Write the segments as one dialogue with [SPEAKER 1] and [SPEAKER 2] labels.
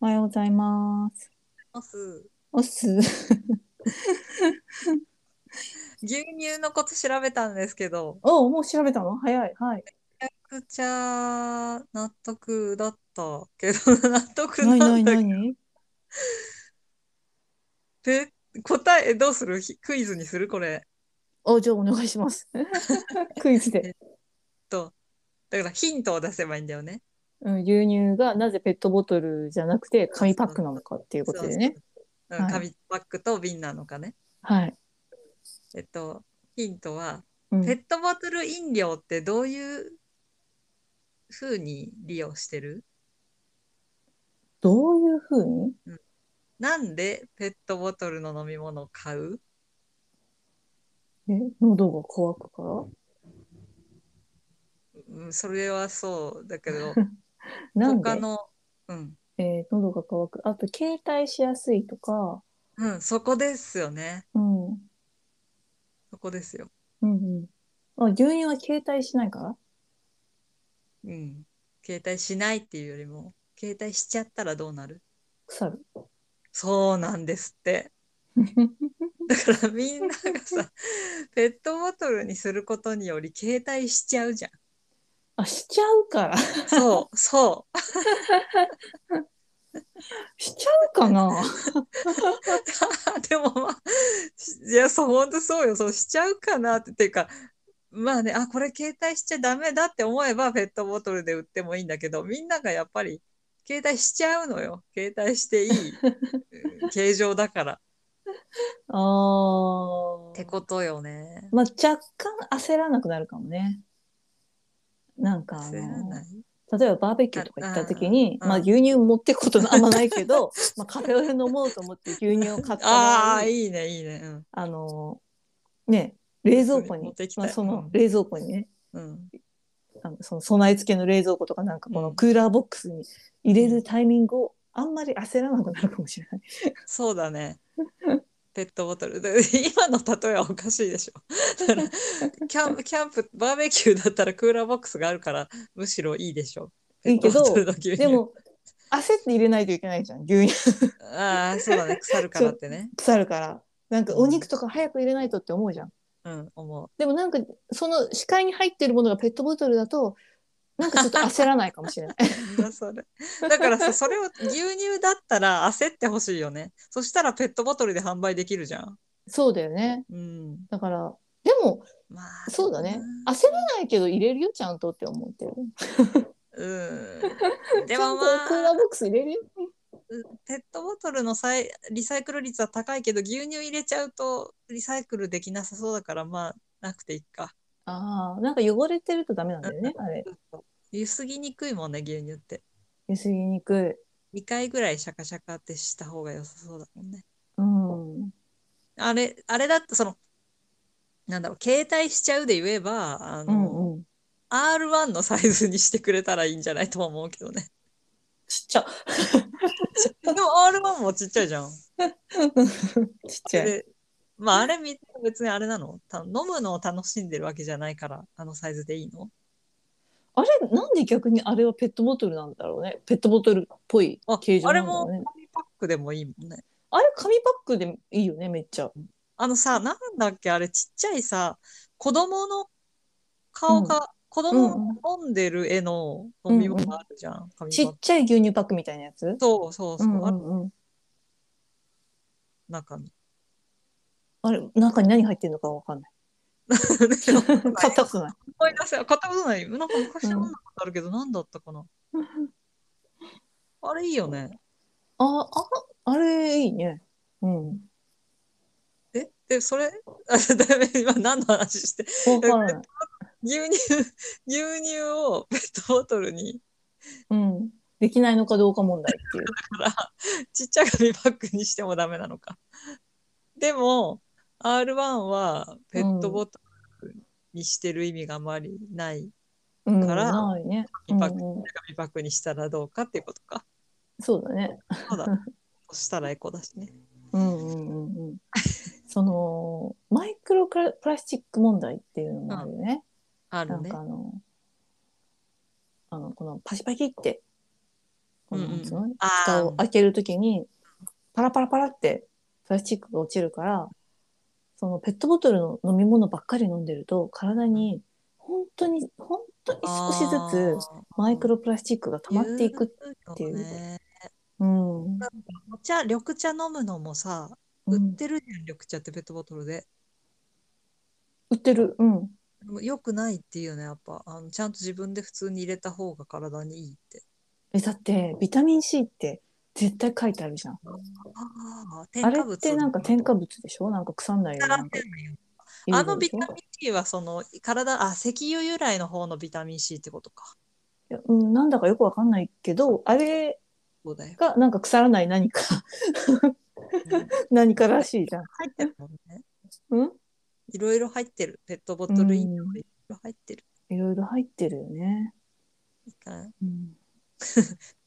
[SPEAKER 1] おはようございます。
[SPEAKER 2] モス
[SPEAKER 1] おっす。
[SPEAKER 2] 牛乳のこと調べたんですけど、
[SPEAKER 1] おもう調べたの早い。はい。
[SPEAKER 2] めちゃくちゃ納得だったけど、 納得
[SPEAKER 1] なに
[SPEAKER 2] な
[SPEAKER 1] なんに
[SPEAKER 2] だ
[SPEAKER 1] な
[SPEAKER 2] けど
[SPEAKER 1] に
[SPEAKER 2] え、答えどうするひクイズにするこれ。
[SPEAKER 1] お、じゃあお願いし ます。クイズで。
[SPEAKER 2] と、だからヒントを出せばいいんだよね。
[SPEAKER 1] うん、牛乳がなぜペットボトルじゃなくて紙パックなのかっていうことでね。
[SPEAKER 2] そうそううん、
[SPEAKER 1] はい
[SPEAKER 2] 紙パックと瓶なのかね。
[SPEAKER 1] はい。
[SPEAKER 2] えっと、ヒントは、
[SPEAKER 1] うん
[SPEAKER 2] ペットボトル飲料ってどういう風に利用してる
[SPEAKER 1] どういうふうに
[SPEAKER 2] なんでペットボトルの飲み物を買う
[SPEAKER 1] え、喉が渇くから
[SPEAKER 2] うん、それはそうだけど、
[SPEAKER 1] なんで
[SPEAKER 2] 他の、うん、
[SPEAKER 1] えー喉が渇く。あと、携帯しやすいとか。
[SPEAKER 2] うん、そこですよね。
[SPEAKER 1] うん。うん
[SPEAKER 2] そこですよ。
[SPEAKER 1] うん。あ、牛乳は携帯しないから
[SPEAKER 2] うん。携帯しないっていうよりも、携帯しちゃったらどうなる
[SPEAKER 1] 腐る。
[SPEAKER 2] そうなんですって。だからみんながさ、ペットボトルにすることにより携帯しちゃうじゃん。
[SPEAKER 1] あ、しちゃうから。
[SPEAKER 2] そう、そう。
[SPEAKER 1] しちゃうかな
[SPEAKER 2] でもまあ、しいや、そう、本当そうよ。そうしちゃうかなって。っていうか、まあね、あ、これ携帯しちゃダメだって思えばペットボトルで売ってもいいんだけど、みんながやっぱり携帯しちゃうのよ。携帯していい うん形状だから。
[SPEAKER 1] ああ。
[SPEAKER 2] ってことよね。
[SPEAKER 1] まあ、若干焦らなくなるかもね。なんかあ
[SPEAKER 2] 焦らな
[SPEAKER 1] の
[SPEAKER 2] い、
[SPEAKER 1] 例えばバーベキューとか行った時に、
[SPEAKER 2] あうん
[SPEAKER 1] まあ
[SPEAKER 2] うん
[SPEAKER 1] 牛乳持ってくことあんまないけ ど、まあカフェオレ飲もうと思って牛乳を買った場
[SPEAKER 2] あ
[SPEAKER 1] 合
[SPEAKER 2] あ、いいね、いいね。うん
[SPEAKER 1] あの、ね、冷蔵庫
[SPEAKER 2] 持
[SPEAKER 1] に
[SPEAKER 2] ってき、た
[SPEAKER 1] ま
[SPEAKER 2] い
[SPEAKER 1] あそうの
[SPEAKER 2] ん
[SPEAKER 1] 冷蔵庫にね、
[SPEAKER 2] うん、
[SPEAKER 1] あのその備え付けの冷蔵庫とかなんかこ
[SPEAKER 2] う
[SPEAKER 1] の
[SPEAKER 2] ん
[SPEAKER 1] クーラーボックスに入れるタイミングをあんまり焦らなくなるかもし れない。
[SPEAKER 2] そう だね。ペットボトル。で今の例えはおかし いでしょ。だからキャンプ、キャンプ、バーベキューだったらクーラーボックスがあるから、むしろいいでしょ。
[SPEAKER 1] いいけど
[SPEAKER 2] ペットボトルの牛乳
[SPEAKER 1] で、も、焦って入れないといけないじゃん、牛乳
[SPEAKER 2] ああ、そうだね。腐るからってね。
[SPEAKER 1] 腐るから。なんかお肉とか早く入れないとって思うじゃん。
[SPEAKER 2] うん、思う。
[SPEAKER 1] でもなんかその視界に入ってるものがペットボトルだとなんかちょっと焦らないかもしれない。
[SPEAKER 2] なんだそれ。だからさ、それを牛乳だったら焦ってほしいよね。そしたらペットボトルで販売できるじゃん。
[SPEAKER 1] そうだよね。
[SPEAKER 2] うん。
[SPEAKER 1] だからでも
[SPEAKER 2] まあ、
[SPEAKER 1] そうだね
[SPEAKER 2] でもな
[SPEAKER 1] 焦らないけど入れるよちゃんとって思ってる。
[SPEAKER 2] うん。
[SPEAKER 1] ち
[SPEAKER 2] で
[SPEAKER 1] ゃ
[SPEAKER 2] も
[SPEAKER 1] ん
[SPEAKER 2] ま
[SPEAKER 1] とクーラ
[SPEAKER 2] あ
[SPEAKER 1] ー、ボックス入れるよ。
[SPEAKER 2] ペットボトルのさいリサイクル率は高いけど、牛乳入れちゃうとリサイクルできなさそうだから、まあ、なくていいか。
[SPEAKER 1] ああなんか汚れてるとダメなんだよねあれ。
[SPEAKER 2] ゆすぎにくいもんね、牛乳って。
[SPEAKER 1] ゆすぎにく
[SPEAKER 2] 2回ぐらいシャカシャカってした方が良さそうだもんね。
[SPEAKER 1] い。うん。
[SPEAKER 2] あれ、あれだって、その、なんだろう、携帯しちゃうで言えば、あ
[SPEAKER 1] う
[SPEAKER 2] の、
[SPEAKER 1] んうん。
[SPEAKER 2] R1 のサイズにしてくれたらいいんじゃないとは思うけど ね。
[SPEAKER 1] ちっちゃ。
[SPEAKER 2] でも R1 もちっちゃいじゃ ん。
[SPEAKER 1] ちっちゃい。
[SPEAKER 2] で、まああれ見別にあれなのた飲むのを楽しんでるわけじゃないから、あのサイズでいいの
[SPEAKER 1] あれなんで逆にあれはペットボトルなんだろうね。ペットボトルっぽい
[SPEAKER 2] あ
[SPEAKER 1] 形状なんだろうね。
[SPEAKER 2] 紙パックでもいいもんね。
[SPEAKER 1] あれ紙パックでいいよねめっちゃ。
[SPEAKER 2] あのさ、なんだっけ、あれちっちゃいさ、子供の顔が、子供が飲んでる絵の飲み物あるじゃん、紙
[SPEAKER 1] ち
[SPEAKER 2] パッ
[SPEAKER 1] っ
[SPEAKER 2] ク。
[SPEAKER 1] ちゃい牛乳パックみたいなやつ。
[SPEAKER 2] そうそうそう、ある
[SPEAKER 1] んうん、
[SPEAKER 2] 中 に。
[SPEAKER 1] あれ中に何入ってるのかわかんない。買ったことない。
[SPEAKER 2] 思い出せ、買ったことない。なんか昔飲んだことあるけど、何だった かな。あれいいよね。
[SPEAKER 1] あああれいいね。うん。
[SPEAKER 2] えで、それ、あ、だめ、今何の話して。
[SPEAKER 1] わかんない。
[SPEAKER 2] 牛乳、牛乳をペットボトルに、
[SPEAKER 1] うん。できないのかどうか問題っていう。
[SPEAKER 2] ちっちゃい紙パックにしてもダメなのか。でも、R1 はペットボトルにしてる意味があまりない
[SPEAKER 1] うん、
[SPEAKER 2] から
[SPEAKER 1] ないね。
[SPEAKER 2] 紙パック
[SPEAKER 1] うんうん
[SPEAKER 2] 紙パックにしたらどうかっていうことか。
[SPEAKER 1] そうだね。
[SPEAKER 2] そうだ。そしたらエコだしね。
[SPEAKER 1] うんうんうんうん。そのマイクロプラプラスチック問題っていうのもあるよね。
[SPEAKER 2] あ
[SPEAKER 1] な
[SPEAKER 2] る
[SPEAKER 1] ん
[SPEAKER 2] ね
[SPEAKER 1] か。あのあのこのパシパキってこの
[SPEAKER 2] うんうん
[SPEAKER 1] その
[SPEAKER 2] あー
[SPEAKER 1] 蓋を開けるときに、パラパラパラってプラスチックが落ちるから、そのペットボトルの飲み物ばっかり飲んでると、体に本当に、本当に少しずつマイクロプラスチックが溜まっていく。ていう
[SPEAKER 2] 言よね
[SPEAKER 1] うん。うん
[SPEAKER 2] お茶緑茶飲むのもさ売ってるじゃん、緑茶ってペットボトルで
[SPEAKER 1] 売ってる。うん。
[SPEAKER 2] でも良くないっていうねやっぱあのちゃんと自分で普通に入れた方が体にいいって
[SPEAKER 1] え、だって、ビタミン C って絶対書いてあるじゃん。
[SPEAKER 2] ああ
[SPEAKER 1] あ
[SPEAKER 2] 添
[SPEAKER 1] れ
[SPEAKER 2] 加
[SPEAKER 1] っ
[SPEAKER 2] 物
[SPEAKER 1] てなんか添加物でしょなんか腐んないようになんか入れ
[SPEAKER 2] あ
[SPEAKER 1] る
[SPEAKER 2] の
[SPEAKER 1] で
[SPEAKER 2] ビ
[SPEAKER 1] しょ
[SPEAKER 2] タミン C はその体あ石油由来の方のビタミン C ってことか
[SPEAKER 1] いやうん、なんだかよくわかんないけど、あれ
[SPEAKER 2] そ うだよ
[SPEAKER 1] がなんか腐らない何か、何からしいじゃん。
[SPEAKER 2] 入ってるもんね
[SPEAKER 1] うん
[SPEAKER 2] いろいろ入ってるペットボトル飲料
[SPEAKER 1] うん
[SPEAKER 2] いろいろ入ってる
[SPEAKER 1] いろいろ入ってるよね。
[SPEAKER 2] いいかな
[SPEAKER 1] うん、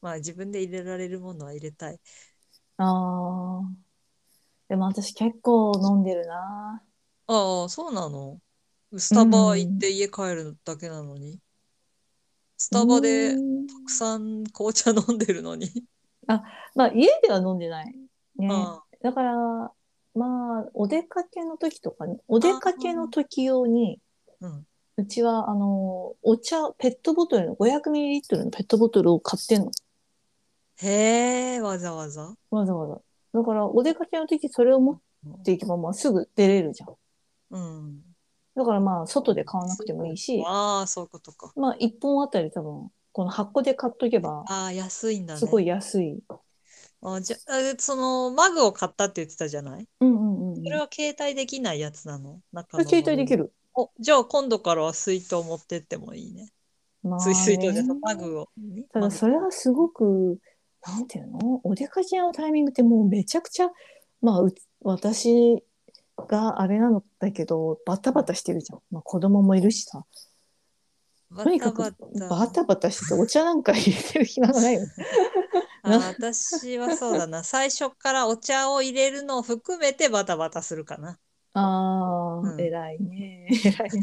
[SPEAKER 2] まあ自分で入れられるものは入れたい
[SPEAKER 1] ああ。でも私結構飲んでるな。
[SPEAKER 2] ああそうなのスタバ行って家帰るだけなのに、スタバで
[SPEAKER 1] う
[SPEAKER 2] た
[SPEAKER 1] ん
[SPEAKER 2] くさん紅茶飲んでるのに、
[SPEAKER 1] まあ家では飲んでない。ね。
[SPEAKER 2] あ
[SPEAKER 1] だから、まあ、お出かけの時とかに、お出かけの時用に、
[SPEAKER 2] あうん
[SPEAKER 1] うちは、あの、お茶、ペットボトルの、500ミリリットルのペットボトルを買ってんの。
[SPEAKER 2] へえわざわざ
[SPEAKER 1] わざわざ。だから、お出かけの時、それを持っていけば、まあ、すぐ出れるじゃん。
[SPEAKER 2] うん
[SPEAKER 1] だから、まあ、外で買わなくてもいいし、
[SPEAKER 2] ああそういうことか
[SPEAKER 1] まあ、1本あたり多分、この箱で買っとけば、
[SPEAKER 2] ああ安いんだね
[SPEAKER 1] すごい安い。
[SPEAKER 2] あじゃあそのマグを買ったって言ってたじゃない
[SPEAKER 1] うんうんうんうん。
[SPEAKER 2] それは携帯できないやつなの中の
[SPEAKER 1] 携帯でき
[SPEAKER 2] る
[SPEAKER 1] る。
[SPEAKER 2] おじゃあ今度からは水筒持ってってもいいね
[SPEAKER 1] まあね
[SPEAKER 2] 水水筒じゃないマグをね
[SPEAKER 1] た
[SPEAKER 2] マ
[SPEAKER 1] だ
[SPEAKER 2] グ
[SPEAKER 1] それはすごく、なんていうのお出かけのタイミングってもうめちゃくちゃ、まあうつ私があれなのだけど、バタバタしてるじゃん。まあ子供もいるしさ。
[SPEAKER 2] バ
[SPEAKER 1] とに
[SPEAKER 2] タ
[SPEAKER 1] かく
[SPEAKER 2] バタ
[SPEAKER 1] バタバタしててお茶なんか入れてる暇が ないよ。
[SPEAKER 2] あ
[SPEAKER 1] な
[SPEAKER 2] 私はそうだ な最初からお茶を入れるのを含めてバタバタするかな
[SPEAKER 1] ああ、
[SPEAKER 2] うん
[SPEAKER 1] 偉いね。偉いね。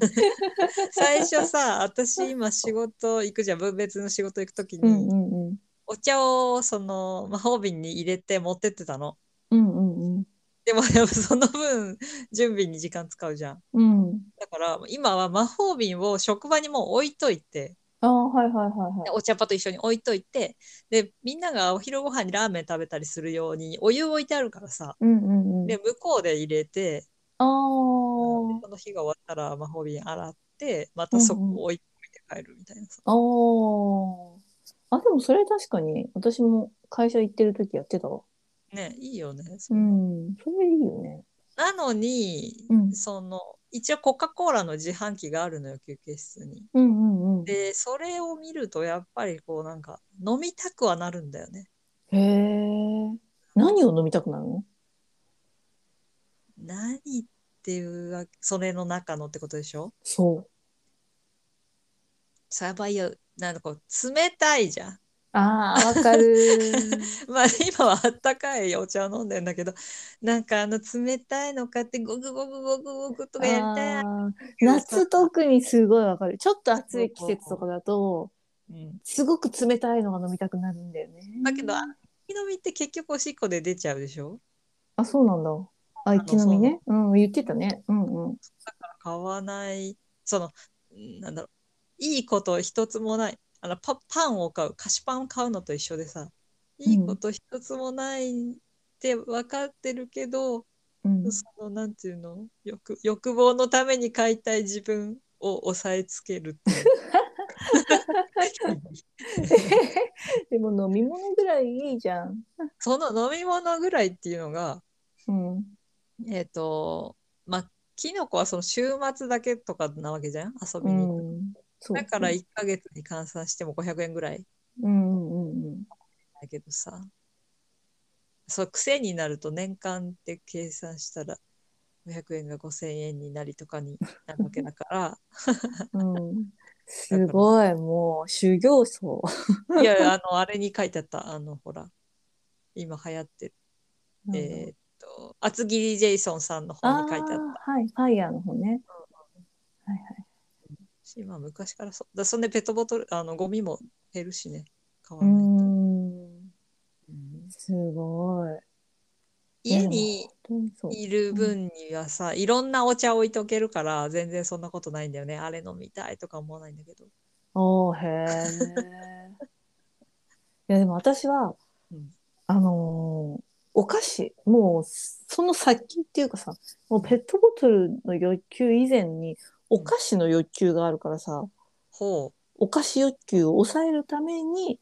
[SPEAKER 2] 最初 さ私今仕事行くじゃん分別の仕事行く時に、
[SPEAKER 1] うんうんうん。
[SPEAKER 2] お茶をその魔法瓶に入れて持ってってたの
[SPEAKER 1] うんうん
[SPEAKER 2] でも でもその分準備に時間使うじゃん
[SPEAKER 1] うん。うん。
[SPEAKER 2] だから今は魔法瓶を職場にもう置いといて
[SPEAKER 1] ああ、はいはいはいはい。
[SPEAKER 2] お茶っ葉と一緒に置いといてでみんながお昼ご飯にラーメン食べたりするようにお湯置いてあるからさ
[SPEAKER 1] うんうんうん。
[SPEAKER 2] で向こうで入れて
[SPEAKER 1] あ
[SPEAKER 2] で
[SPEAKER 1] あ。
[SPEAKER 2] その日が終わったら魔法瓶洗ってまたそこを置いて帰るみたいなさ、
[SPEAKER 1] ああ。あ、でもそれ確かに、私も会社行ってる時やってたわ。、
[SPEAKER 2] ねいいよね、そううん
[SPEAKER 1] それいいよね。
[SPEAKER 2] なのに、
[SPEAKER 1] うん
[SPEAKER 2] その一応コカ・コーラの自販機があるのよ休憩室に
[SPEAKER 1] うんうんうん。
[SPEAKER 2] でそれを見るとやっぱりこうなんか飲みたくはなるんだよね
[SPEAKER 1] へえ。何を飲みたくなるの？
[SPEAKER 2] 何っていうわそれの中のってことでしょ
[SPEAKER 1] そう。
[SPEAKER 2] サバイアなんかこう冷たいじゃん
[SPEAKER 1] ああ、わかる。
[SPEAKER 2] まあ今はあったかいお茶を飲んでんだけどなんかあの冷たいの買ってゴグゴグゴグゴグとかやりたい、
[SPEAKER 1] あー夏特にすごいわかる。ちょっと暑い季節とかだと、
[SPEAKER 2] うん、
[SPEAKER 1] すごく冷たいのが飲みたくなるんだよね。
[SPEAKER 2] だけどあ一気飲みって結局おしっこで出ちゃうでしょ
[SPEAKER 1] あ、そうなんだ。あ、一気飲みね。うん、言ってたね。うんうん。
[SPEAKER 2] 買わないそのうんなんだろういいこと一つもないあのパパンを買う菓子パンを買うのと一緒でさいいこと一つもないって分かってるけど、
[SPEAKER 1] うん、
[SPEAKER 2] そのなんていうの欲欲望のために買いたい自分を抑えつけるっていう
[SPEAKER 1] でも飲み物ぐらいいいじゃん。
[SPEAKER 2] その飲み物ぐらいっていうのが
[SPEAKER 1] うん。
[SPEAKER 2] えっ、とまあキノコはその週末だけとかなわけじゃん遊
[SPEAKER 1] う
[SPEAKER 2] びに行く、
[SPEAKER 1] ん。そう
[SPEAKER 2] だから1ヶ月に換算しても500円ぐらい
[SPEAKER 1] うんうんうんうん。
[SPEAKER 2] だけどさそう癖になると年間って計算したら500円が5000円になりとかになるわけだか
[SPEAKER 1] うんすごい、もう修行僧。
[SPEAKER 2] らいやいやあのあれに書いてあったあのほら今流行ってる、えーっと厚切りジェイソンさんの
[SPEAKER 1] あ
[SPEAKER 2] 本に書いてあった
[SPEAKER 1] ーはい、ファイヤーの方ね。はいはい。
[SPEAKER 2] 今昔からそうだそんでペットボトルあのゴミも減るしね買わ
[SPEAKER 1] うー
[SPEAKER 2] ないと
[SPEAKER 1] ん。すごい。
[SPEAKER 2] 家に
[SPEAKER 1] 本当にそう。
[SPEAKER 2] いる分にはさ、いろんなお茶置いとけるから全然そんなことないんだよねあれ飲みたいとか思わないんだけど
[SPEAKER 1] おーへえ。いやでも私は、
[SPEAKER 2] うん
[SPEAKER 1] あのーお菓子もうその先っていうかさもうペットボトルの欲求以前にお菓子の欲求があるからさ、
[SPEAKER 2] ほ
[SPEAKER 1] お菓子欲求を抑えるために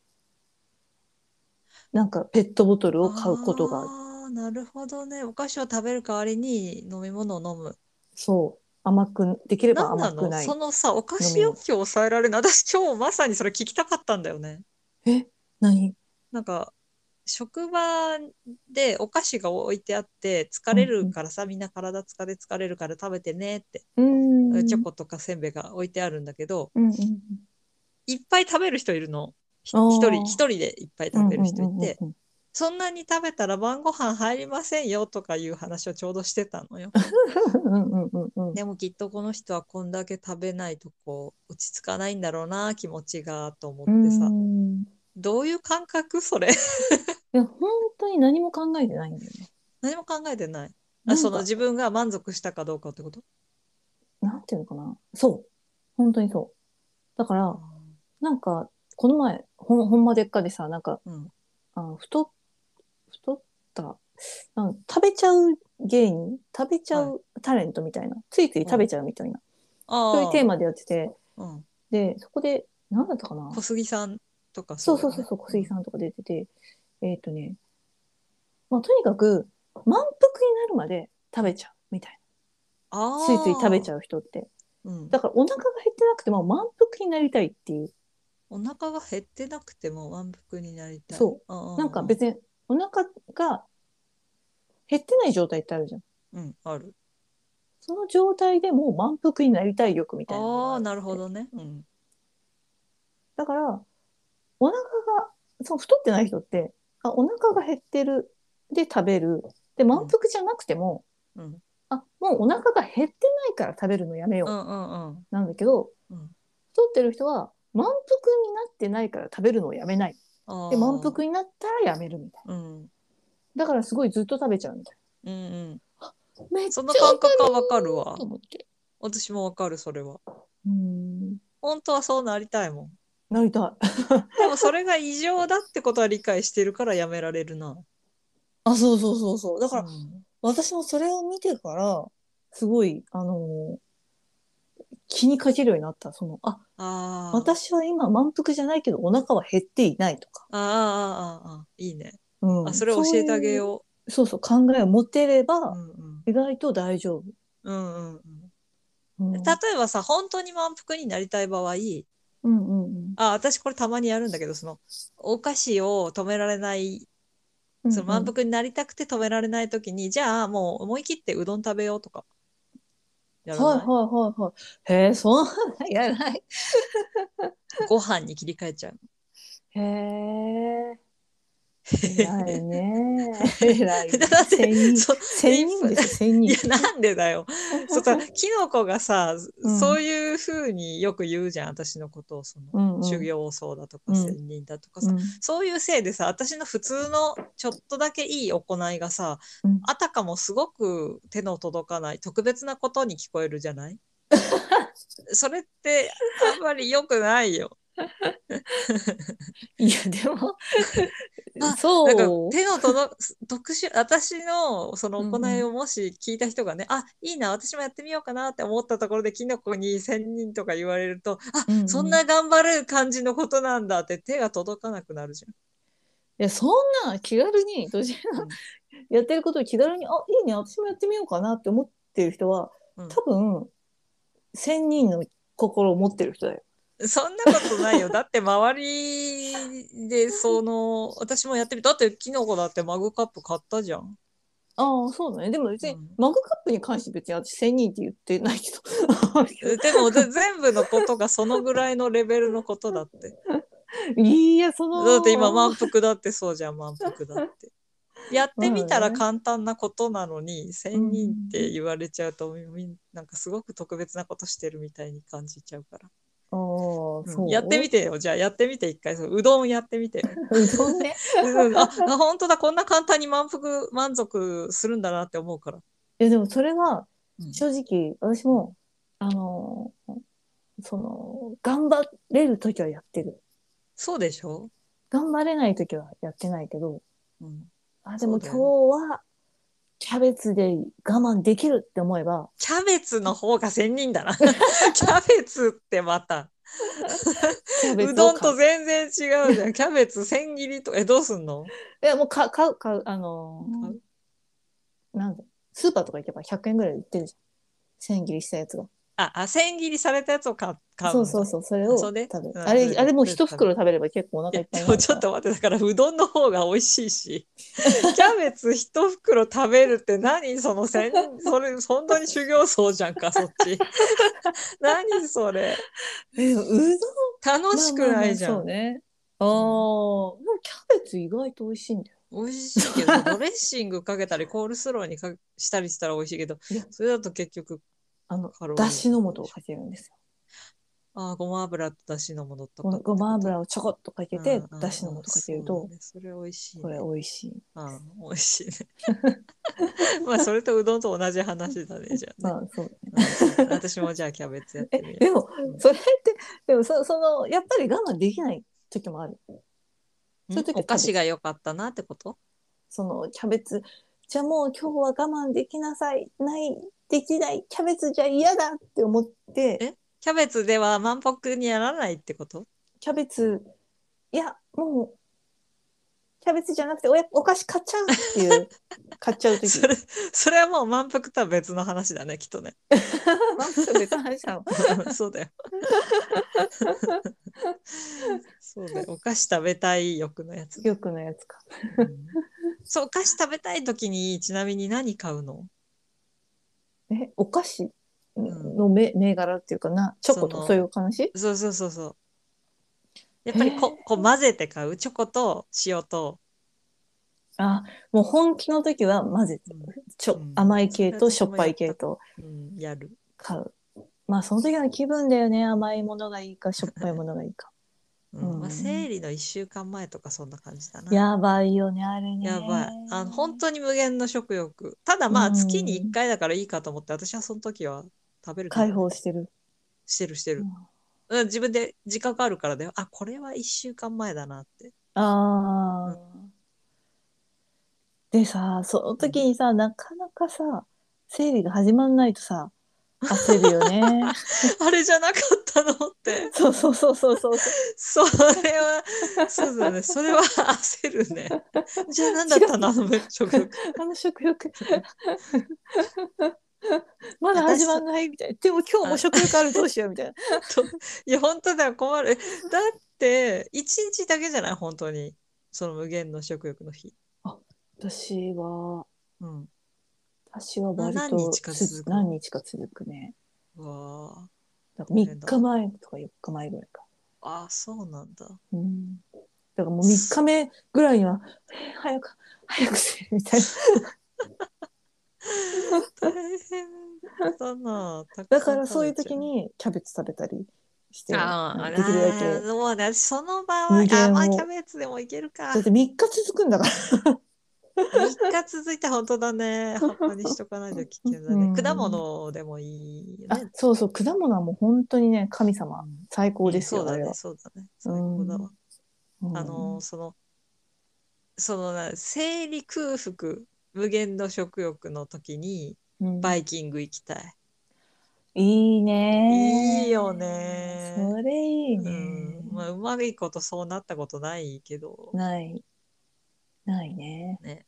[SPEAKER 1] なんかペットボトル
[SPEAKER 2] う
[SPEAKER 1] を買うことが
[SPEAKER 2] あーなるほどねお菓子を食べる代わりに飲み物を飲む
[SPEAKER 1] そう甘くできれば
[SPEAKER 2] 何な
[SPEAKER 1] 甘く
[SPEAKER 2] の
[SPEAKER 1] ない
[SPEAKER 2] そのさお菓子欲求を抑えられない私今日まさにそれ聞きたかったんだよね
[SPEAKER 1] え何
[SPEAKER 2] なんか職場でお菓子が置いてあって疲れるからさ、みんな体疲れ疲れるから食べてねって、
[SPEAKER 1] うーん
[SPEAKER 2] チョコとかせんべいが置いてあるんだけど
[SPEAKER 1] うんうんうん
[SPEAKER 2] いっぱい食べる人いるのひ
[SPEAKER 1] あー
[SPEAKER 2] 一人一人でいっぱい食べる人いて、
[SPEAKER 1] うんうんうんうん
[SPEAKER 2] そんなに食べたら晩ご飯入りませんよとかいう話をちょうどしてた のよ
[SPEAKER 1] うんうんうんうん
[SPEAKER 2] でもきっとこの人はこんだけ食べないとこう落ち着かないんだろうな気持ちがと思ってさ、
[SPEAKER 1] うん
[SPEAKER 2] どういう感覚 それ
[SPEAKER 1] いや本当に何も考えてないんだよね。
[SPEAKER 2] 何も考えてない
[SPEAKER 1] なん
[SPEAKER 2] あ
[SPEAKER 1] か
[SPEAKER 2] その自分が満足したかどうかってこと
[SPEAKER 1] なんていうのかな。そう。本当にそう。だから、なんか、この前、ほん、ほんまでっかでさ、なんか、
[SPEAKER 2] うん
[SPEAKER 1] あの太っ、太った、なん食べちゃう芸人食べちゃうタレントみたいな。ついつい食べちゃうみたいな。
[SPEAKER 2] あ
[SPEAKER 1] そういうテー
[SPEAKER 2] マ、
[SPEAKER 1] マでやってて、
[SPEAKER 2] うん、
[SPEAKER 1] で、そこで、なんだったかな。
[SPEAKER 2] 小杉さんとか
[SPEAKER 1] そうそうそうそう、小杉
[SPEAKER 2] ん
[SPEAKER 1] さんとか出てて、えーっ、とね、まあ、とにかく、満腹になるまで食べちゃうみたいな。ついつい食べち
[SPEAKER 2] ゃ
[SPEAKER 1] ゃう人って。
[SPEAKER 2] う、うん、
[SPEAKER 1] だからお腹が減ってなくても満腹になりたいっていう、
[SPEAKER 2] お腹が減ってなくても満腹になりたい
[SPEAKER 1] そ
[SPEAKER 2] うん
[SPEAKER 1] なんか別にお腹が減ってない状態ってあるじゃん
[SPEAKER 2] うんある
[SPEAKER 1] その状態でもう満腹になりたい欲みたいなのが
[SPEAKER 2] あ
[SPEAKER 1] あ
[SPEAKER 2] あ
[SPEAKER 1] って
[SPEAKER 2] なるほどね、うん、
[SPEAKER 1] だからお腹がそう太ってない人ってあお腹が減ってるで食べるで満腹じゃなくても、
[SPEAKER 2] うん
[SPEAKER 1] あもうお腹が減ってないから食べるのやめよう、
[SPEAKER 2] うんうんうん
[SPEAKER 1] なんだけど
[SPEAKER 2] うん
[SPEAKER 1] 太ってる人は満腹になってないから食べるのをやめない
[SPEAKER 2] あー
[SPEAKER 1] で満腹になったらやめるみたい
[SPEAKER 2] うん
[SPEAKER 1] なだからすごいずっと食べちゃうみたいな。
[SPEAKER 2] うんうん
[SPEAKER 1] めっちゃ
[SPEAKER 2] その感覚はわかる
[SPEAKER 1] わ
[SPEAKER 2] わ
[SPEAKER 1] と思って。
[SPEAKER 2] 私もわかるそれは
[SPEAKER 1] うん。
[SPEAKER 2] 本当はそうなりたいもん
[SPEAKER 1] なりたい。
[SPEAKER 2] でもそれが異常だってことは理解してるからやめられるな
[SPEAKER 1] あ、そうそうそうそう。だから、
[SPEAKER 2] うん
[SPEAKER 1] 私もそれを見てから、すごい、あのー気にかけるようになった。その、あ、
[SPEAKER 2] あー
[SPEAKER 1] 私は今満腹じゃないけど、お腹は減っていないとか。
[SPEAKER 2] あーあーあーあーいいね
[SPEAKER 1] うん
[SPEAKER 2] あそれ教えてあげよ
[SPEAKER 1] ういうそうそう考えを持てれ
[SPEAKER 2] う
[SPEAKER 1] ば、
[SPEAKER 2] うんうん
[SPEAKER 1] 意外と大丈
[SPEAKER 2] うんうんうん
[SPEAKER 1] 夫。うん、
[SPEAKER 2] 例えばさ本当に満腹になりたい場合
[SPEAKER 1] うんうん
[SPEAKER 2] あ私これたまにやるんだけどそのお菓子を止められない
[SPEAKER 1] うん。
[SPEAKER 2] その満腹になりたくて止められない時に、じゃあもう思い切ってうどん食べようとか。やら
[SPEAKER 1] はい
[SPEAKER 2] な
[SPEAKER 1] はい
[SPEAKER 2] い
[SPEAKER 1] はいはい。へえ、そんな、やらない。
[SPEAKER 2] ご飯に切り替えちゃう。
[SPEAKER 1] へえ。偉い ね。偉いね。
[SPEAKER 2] だって
[SPEAKER 1] 千人
[SPEAKER 2] そう
[SPEAKER 1] 千人ですよ、千
[SPEAKER 2] い
[SPEAKER 1] 人
[SPEAKER 2] や。なんでだよ。そ うさキノコがさ、
[SPEAKER 1] うん
[SPEAKER 2] そういうふうによく言うじゃん私のことをその、
[SPEAKER 1] うんうん
[SPEAKER 2] 修行僧だと
[SPEAKER 1] う
[SPEAKER 2] か
[SPEAKER 1] ん
[SPEAKER 2] 仙人だとかさ、
[SPEAKER 1] うん
[SPEAKER 2] そういうせいでさ私の普通のちょっとだけいい行いがさ、
[SPEAKER 1] うん
[SPEAKER 2] あたかもすごく手の届かない特別なことに聞こえるじゃない それってあんまり良くないよ。
[SPEAKER 1] いや、でも
[SPEAKER 2] あ、
[SPEAKER 1] そ
[SPEAKER 2] なんか
[SPEAKER 1] う。
[SPEAKER 2] 手の届く特殊私のその行いをもし聞いた人がね、あいいな私もやってみようかなって思ったところでキノコに1,000人とか言われるとあ、
[SPEAKER 1] うんうん
[SPEAKER 2] そんな頑張る感じのことなんだって手が届かなくなるじ
[SPEAKER 1] いや、そんな気軽に、どちら
[SPEAKER 2] うん
[SPEAKER 1] やってることを気軽に、あ、いいね、私もやってみようかなって思ってる人は、
[SPEAKER 2] ゃん、うん
[SPEAKER 1] 多分、千人の心を持ってる人だよ。
[SPEAKER 2] そんなことな いよだって周りでその私もやってみただってキノコだってマグカップ買ったじゃん
[SPEAKER 1] ああ、そうだね。でも別に、
[SPEAKER 2] うん
[SPEAKER 1] マグカップに関して別に私千人って言ってないけど。
[SPEAKER 2] でもぜ全部のことがそのぐらいのレベルのことだって
[SPEAKER 1] いや、その。
[SPEAKER 2] だって今満腹だってそうじゃん満腹 だって。やってみたら簡単なことなのに、千人って言われちゃうとみんなんかすごく特別なことしてるみたいに感じちゃうから。
[SPEAKER 1] あおーそう
[SPEAKER 2] やってみてよじゃあやってみて一回そううどんやってみてよ
[SPEAKER 1] うどんね。
[SPEAKER 2] うんああ本当だこんな簡単に満腹満足するんだなって思うか ら、
[SPEAKER 1] いやでもそれは
[SPEAKER 2] うん
[SPEAKER 1] 正直私も、あのーその頑張れる時はやってる
[SPEAKER 2] そうでしょ、
[SPEAKER 1] 頑張れない時はやってないけど
[SPEAKER 2] うん、
[SPEAKER 1] あでも
[SPEAKER 2] そう
[SPEAKER 1] 今
[SPEAKER 2] だ
[SPEAKER 1] 日
[SPEAKER 2] よ
[SPEAKER 1] はキャベツで我慢できるって思えば
[SPEAKER 2] キャベツの方が仙人 だなキャベツってまた
[SPEAKER 1] キャベツを
[SPEAKER 2] うどん
[SPEAKER 1] 買
[SPEAKER 2] と全然違うじゃんキャベツ千切りとえどうすんの
[SPEAKER 1] いやもう買う買う買うあのー
[SPEAKER 2] 買う
[SPEAKER 1] なんだスーパーとか行けば100円ぐらいで売ってるじゃん千切りしたやつが
[SPEAKER 2] ああ千切りされたやつを買買う
[SPEAKER 1] そ
[SPEAKER 2] の
[SPEAKER 1] うそうそうそれを
[SPEAKER 2] そ
[SPEAKER 1] 食
[SPEAKER 2] れ
[SPEAKER 1] べ
[SPEAKER 2] で
[SPEAKER 1] る
[SPEAKER 2] うん
[SPEAKER 1] あ
[SPEAKER 2] それ
[SPEAKER 1] れ
[SPEAKER 2] で
[SPEAKER 1] あれもう一袋食べれば結構お
[SPEAKER 2] い
[SPEAKER 1] 腹い
[SPEAKER 2] や
[SPEAKER 1] っぱいに
[SPEAKER 2] で
[SPEAKER 1] な
[SPEAKER 2] も
[SPEAKER 1] る
[SPEAKER 2] ち
[SPEAKER 1] か
[SPEAKER 2] ょっ
[SPEAKER 1] ら
[SPEAKER 2] と待ってだからうどんの方が美味し いしキャベツ一袋食べるって何そのせんそれ本当に修行僧じゃんかそっ ち何それ
[SPEAKER 1] えうどん
[SPEAKER 2] 楽しくないじゃん、
[SPEAKER 1] まあまあまあそうね。ああ、でもキャベツ意外と美味しいんだよ。
[SPEAKER 2] 美味しいけ どドレッシングかけたりコールスローにかしたりしたら美味しいけど
[SPEAKER 1] いや
[SPEAKER 2] それだと結局
[SPEAKER 1] あの、
[SPEAKER 2] カロリー
[SPEAKER 1] だしの素をかけるんですよ。
[SPEAKER 2] あーごま油とだしのものと
[SPEAKER 1] ご
[SPEAKER 2] か
[SPEAKER 1] ごま油をちょこっとかけ
[SPEAKER 2] う
[SPEAKER 1] て
[SPEAKER 2] んうんう、ん
[SPEAKER 1] だしの素かける
[SPEAKER 2] そう
[SPEAKER 1] と
[SPEAKER 2] だ、ねそれ美味しいね
[SPEAKER 1] これ美味しい。
[SPEAKER 2] あー美味しいね まあそれとうどんと同じ話だねじゃあね
[SPEAKER 1] まあ そうね。
[SPEAKER 2] うん私もじゃあキャベツやってみよう。
[SPEAKER 1] でも、それって、でもそ、その、やっぱり我慢できない時もある。そういう時は
[SPEAKER 2] お菓子が良かったなってこと
[SPEAKER 1] その、キャベツ、じゃあもう今日は我慢できなさい、ない、できない、キャベツじゃ嫌だって思って、
[SPEAKER 2] えキャベツでは満腹にやらないってこと
[SPEAKER 1] キャベツ、いや、もう、キャベツじゃなくておやお菓子買っちゃうっていう、買っちゃう時。
[SPEAKER 2] それそれはもう満腹とは別の話だねきっとね。
[SPEAKER 1] マック別の話なの。
[SPEAKER 2] そう だよ。そうだよお菓子食べたい欲のやつ、
[SPEAKER 1] よくのやつか。
[SPEAKER 2] うんそうお菓子食べたい時にちなみに何買うの
[SPEAKER 1] え、お菓子
[SPEAKER 2] ん
[SPEAKER 1] の銘、銘柄っていうかな、チョコとか
[SPEAKER 2] そ
[SPEAKER 1] そう
[SPEAKER 2] の
[SPEAKER 1] いう話
[SPEAKER 2] そうそうそうそう。やっぱり
[SPEAKER 1] へ
[SPEAKER 2] こ
[SPEAKER 1] ー
[SPEAKER 2] こう混ぜて買うチョコと塩と、
[SPEAKER 1] あ、もう本気の時は混ぜて、ちょ
[SPEAKER 2] うん
[SPEAKER 1] 甘い系としょっぱい系と
[SPEAKER 2] うんうん、やる。
[SPEAKER 1] 買う。まあその時の気分だよね。甘いものがいいか、しょっぱいものがいい か。
[SPEAKER 2] うんま
[SPEAKER 1] う
[SPEAKER 2] あ、
[SPEAKER 1] ん
[SPEAKER 2] 生理の1週間前とかそんな感じだな。
[SPEAKER 1] やばいよね、あれね。
[SPEAKER 2] やばい。あの本当に無限の食欲。ただまあ
[SPEAKER 1] うん
[SPEAKER 2] 月に1回だからいいかと思って、私はその時は食べるけど
[SPEAKER 1] 解放してる。
[SPEAKER 2] してるして
[SPEAKER 1] う
[SPEAKER 2] る
[SPEAKER 1] ん。
[SPEAKER 2] うん、自分で自覚あるからだよ。あ、これは1週間前だなって。
[SPEAKER 1] ああ。でさ、その時にさ、なかなかさ、生理が始まんないとさ、焦るよ ね。
[SPEAKER 2] あれじゃなかったのって。
[SPEAKER 1] そうそうそうそうそう。
[SPEAKER 2] それは、そうだね。それは焦る ね。じゃあ何だったのあの食欲。
[SPEAKER 1] あの食欲。 まだ始まんないみたいな。でも今日も食欲あるどうしようみたいな。
[SPEAKER 2] いや、本当だよ。困る。だって、1日だけじゃない本当に。その無限の食欲の日。
[SPEAKER 1] 私は、
[SPEAKER 2] うん。
[SPEAKER 1] 私は割と
[SPEAKER 2] 何日か続く
[SPEAKER 1] 何日か続くね。
[SPEAKER 2] わ
[SPEAKER 1] だから3日前とか4日前ぐらいか。
[SPEAKER 2] あ、あそうなん だ。
[SPEAKER 1] うん。だからもう3日目ぐらいには、えー早く、早くせえみ たいな。
[SPEAKER 2] 大変だな。
[SPEAKER 1] だからそういう時にキャベツ食べたりして、
[SPEAKER 2] た
[SPEAKER 1] で
[SPEAKER 2] くさん食べちゃう、ああ、あ
[SPEAKER 1] きるだけ。
[SPEAKER 2] らもうね、その場
[SPEAKER 1] 無限を
[SPEAKER 2] 合、あ、まあ、キャベツでもいけるか。
[SPEAKER 1] だっ
[SPEAKER 2] 3
[SPEAKER 1] て3日続くんだから。
[SPEAKER 2] 日続いた本当だね。葉っぱにしとかないと危険だ
[SPEAKER 1] うん
[SPEAKER 2] ね。果物でもいいよ
[SPEAKER 1] あ
[SPEAKER 2] ね。
[SPEAKER 1] そうそう、果物はもう本当にね、神様、最
[SPEAKER 2] う
[SPEAKER 1] 高
[SPEAKER 2] ん
[SPEAKER 1] ですよ、
[SPEAKER 2] そう
[SPEAKER 1] あ
[SPEAKER 2] だ
[SPEAKER 1] れ
[SPEAKER 2] ね、
[SPEAKER 1] は。
[SPEAKER 2] そうだね。最高だわ。
[SPEAKER 1] うん
[SPEAKER 2] あの、その、そのな、生理空腹、無限の食欲の時に、
[SPEAKER 1] うん
[SPEAKER 2] バイキング行きたい。
[SPEAKER 1] いいね
[SPEAKER 2] いいよね
[SPEAKER 1] それいいね、
[SPEAKER 2] うん、まあ、うまいことそうなったことないけど。
[SPEAKER 1] ないないね
[SPEAKER 2] ね。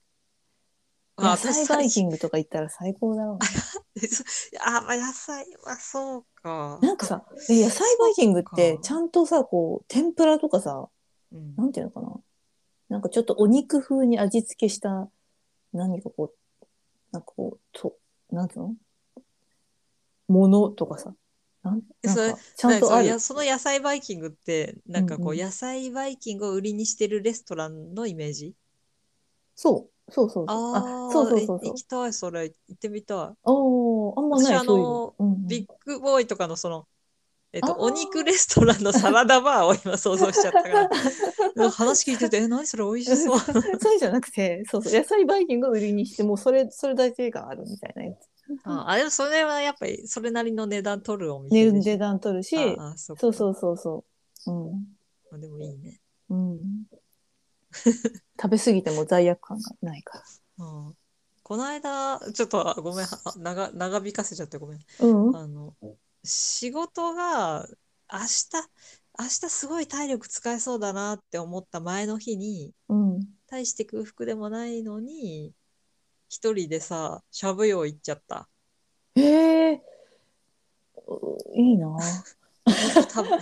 [SPEAKER 1] 野菜バイキ
[SPEAKER 2] ン
[SPEAKER 1] ングとか行ったら最高だろう
[SPEAKER 2] グ。あ、まあ、野菜はそうか。
[SPEAKER 1] なんかさえ野菜バイキングっ
[SPEAKER 2] そ
[SPEAKER 1] て
[SPEAKER 2] うか
[SPEAKER 1] ちゃんとさこう天ぷらとかさ
[SPEAKER 2] うん、
[SPEAKER 1] なんていうのかななんかちょっとお肉風に味付けした何かこうなんかこうとなんていうのものとかさなんなん
[SPEAKER 2] それ
[SPEAKER 1] かちゃんとあ
[SPEAKER 2] なんかそうい
[SPEAKER 1] る
[SPEAKER 2] やその野菜バイキングって、なんかこ
[SPEAKER 1] う
[SPEAKER 2] う、
[SPEAKER 1] んうん
[SPEAKER 2] 野菜バイキングを売りにしてるレストランのイメージ。
[SPEAKER 1] そうそうそうそう
[SPEAKER 2] ああ、
[SPEAKER 1] そうそうそう
[SPEAKER 2] い
[SPEAKER 1] そう
[SPEAKER 2] 行きたい、それ、行ってみたい。
[SPEAKER 1] おーあんまない
[SPEAKER 2] 私あの
[SPEAKER 1] そういうのうんうん
[SPEAKER 2] ビッグボーイとかのその、えっと、
[SPEAKER 1] あー
[SPEAKER 2] お肉レストランのサラダバーを今想像しちゃっ たから話聞いてて「え何それ美味しそう」
[SPEAKER 1] そうじゃなくて そうそう野菜バイキングを売りに してもうそれそれだけがあるみたいなやつ
[SPEAKER 2] ああでもそれはやっぱりそれなりの値段取るお店
[SPEAKER 1] 値
[SPEAKER 2] でしょ
[SPEAKER 1] 値段取るし
[SPEAKER 2] ああそ
[SPEAKER 1] そう
[SPEAKER 2] う
[SPEAKER 1] そうそうそう
[SPEAKER 2] うでもいいね、
[SPEAKER 1] うんうん食べ過ぎても罪悪感がないから
[SPEAKER 2] うん、この間ちょっとあごめんあ長長引かせちゃってごめん
[SPEAKER 1] うん
[SPEAKER 2] あの仕事が明日明日すごい体力使えそうだなって思った前の日に
[SPEAKER 1] うん
[SPEAKER 2] 大して空腹でもないのに一人でさしゃぶ用行っちゃった
[SPEAKER 1] へえおいいな
[SPEAKER 2] 多分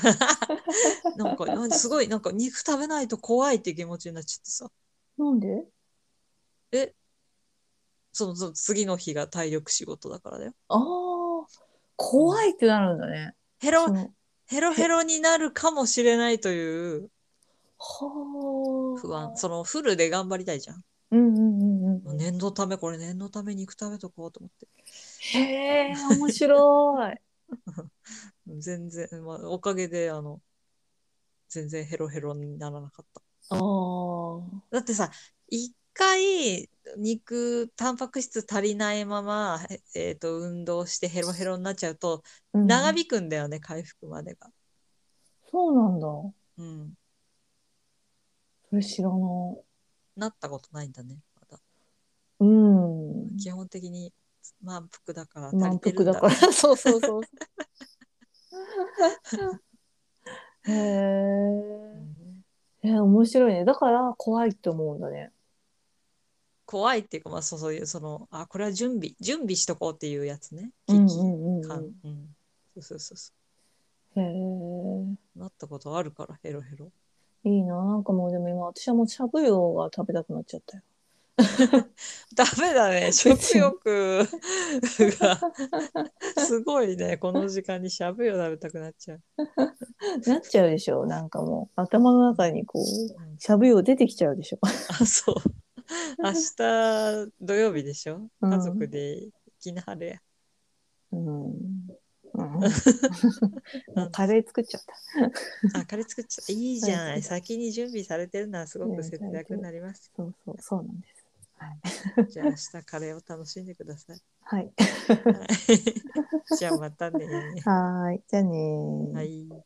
[SPEAKER 2] なんかなんですごいなんか肉食べないと怖いって気持ちになっちゃってさ
[SPEAKER 1] なんで
[SPEAKER 2] そのその次の日が体力仕事だからだよ
[SPEAKER 1] あー怖いってなるんだね。
[SPEAKER 2] ヘ
[SPEAKER 1] そ
[SPEAKER 2] ロ
[SPEAKER 1] の
[SPEAKER 2] ヘロヘロになるかもしれないという
[SPEAKER 1] はあ。
[SPEAKER 2] 不安そのフルで頑張りたいじゃん
[SPEAKER 1] うんうんうんうん。
[SPEAKER 2] 念のためこれ念のため肉食べとこうと思って。
[SPEAKER 1] へえ面白い。
[SPEAKER 2] 全然、まあ、おかげで、あの、全然ヘロヘロにならなかった。
[SPEAKER 1] ああ。
[SPEAKER 2] だってさ、一回、肉、タンパク質足りないまま、えっ、と、運動してヘロヘロになっちゃうと、長
[SPEAKER 1] 引
[SPEAKER 2] 引くんだよね、回復までが。
[SPEAKER 1] そうなんだ。
[SPEAKER 2] うん。
[SPEAKER 1] それ知らない。
[SPEAKER 2] なったことないんだね、まだ。
[SPEAKER 1] うん。
[SPEAKER 2] 基本的に満腹だから足り
[SPEAKER 1] 満
[SPEAKER 2] てる
[SPEAKER 1] 腹
[SPEAKER 2] んだ
[SPEAKER 1] だ
[SPEAKER 2] ろう
[SPEAKER 1] から。そうそうそう。へえ
[SPEAKER 2] うん
[SPEAKER 1] え面白いね。だから怖いって思うんだね。
[SPEAKER 2] 怖いっていうか、まあ、そうそういう、その、あ、これは準備、準備しとこうっていうやつね。
[SPEAKER 1] う
[SPEAKER 2] 危
[SPEAKER 1] んう
[SPEAKER 2] 機
[SPEAKER 1] んうん
[SPEAKER 2] 感
[SPEAKER 1] う。
[SPEAKER 2] うん。そうそうそうそ
[SPEAKER 1] ん。へえ。
[SPEAKER 2] う。なったことあるから、ヘロヘロ。
[SPEAKER 1] いいな、なんかもうでも今私はもうしゃぶ用が食べたくなっちゃったよ。
[SPEAKER 2] ダメ だね。食欲がすごいね。この時間にしゃぶよ食べたくなっちゃう。
[SPEAKER 1] なっちゃうでしょ、なんかもう頭の中にこう、
[SPEAKER 2] うん
[SPEAKER 1] しゃぶ用出てきちゃうでしょ。
[SPEAKER 2] あ、そう。明日土曜日でしょ
[SPEAKER 1] うん
[SPEAKER 2] 家族で沖縄で。
[SPEAKER 1] うん。うん、もうカレー作っちゃった。
[SPEAKER 2] あ、カレー作っちゃった。いいじゃな
[SPEAKER 1] うん
[SPEAKER 2] い。先に準備されてるのはすごく節約になります。
[SPEAKER 1] そうそう、そうなんです。はい。
[SPEAKER 2] じゃあ明日カレーを楽しんでください。
[SPEAKER 1] はい。
[SPEAKER 2] はいじゃあまたね。
[SPEAKER 1] はーい。じゃあねー。
[SPEAKER 2] はい。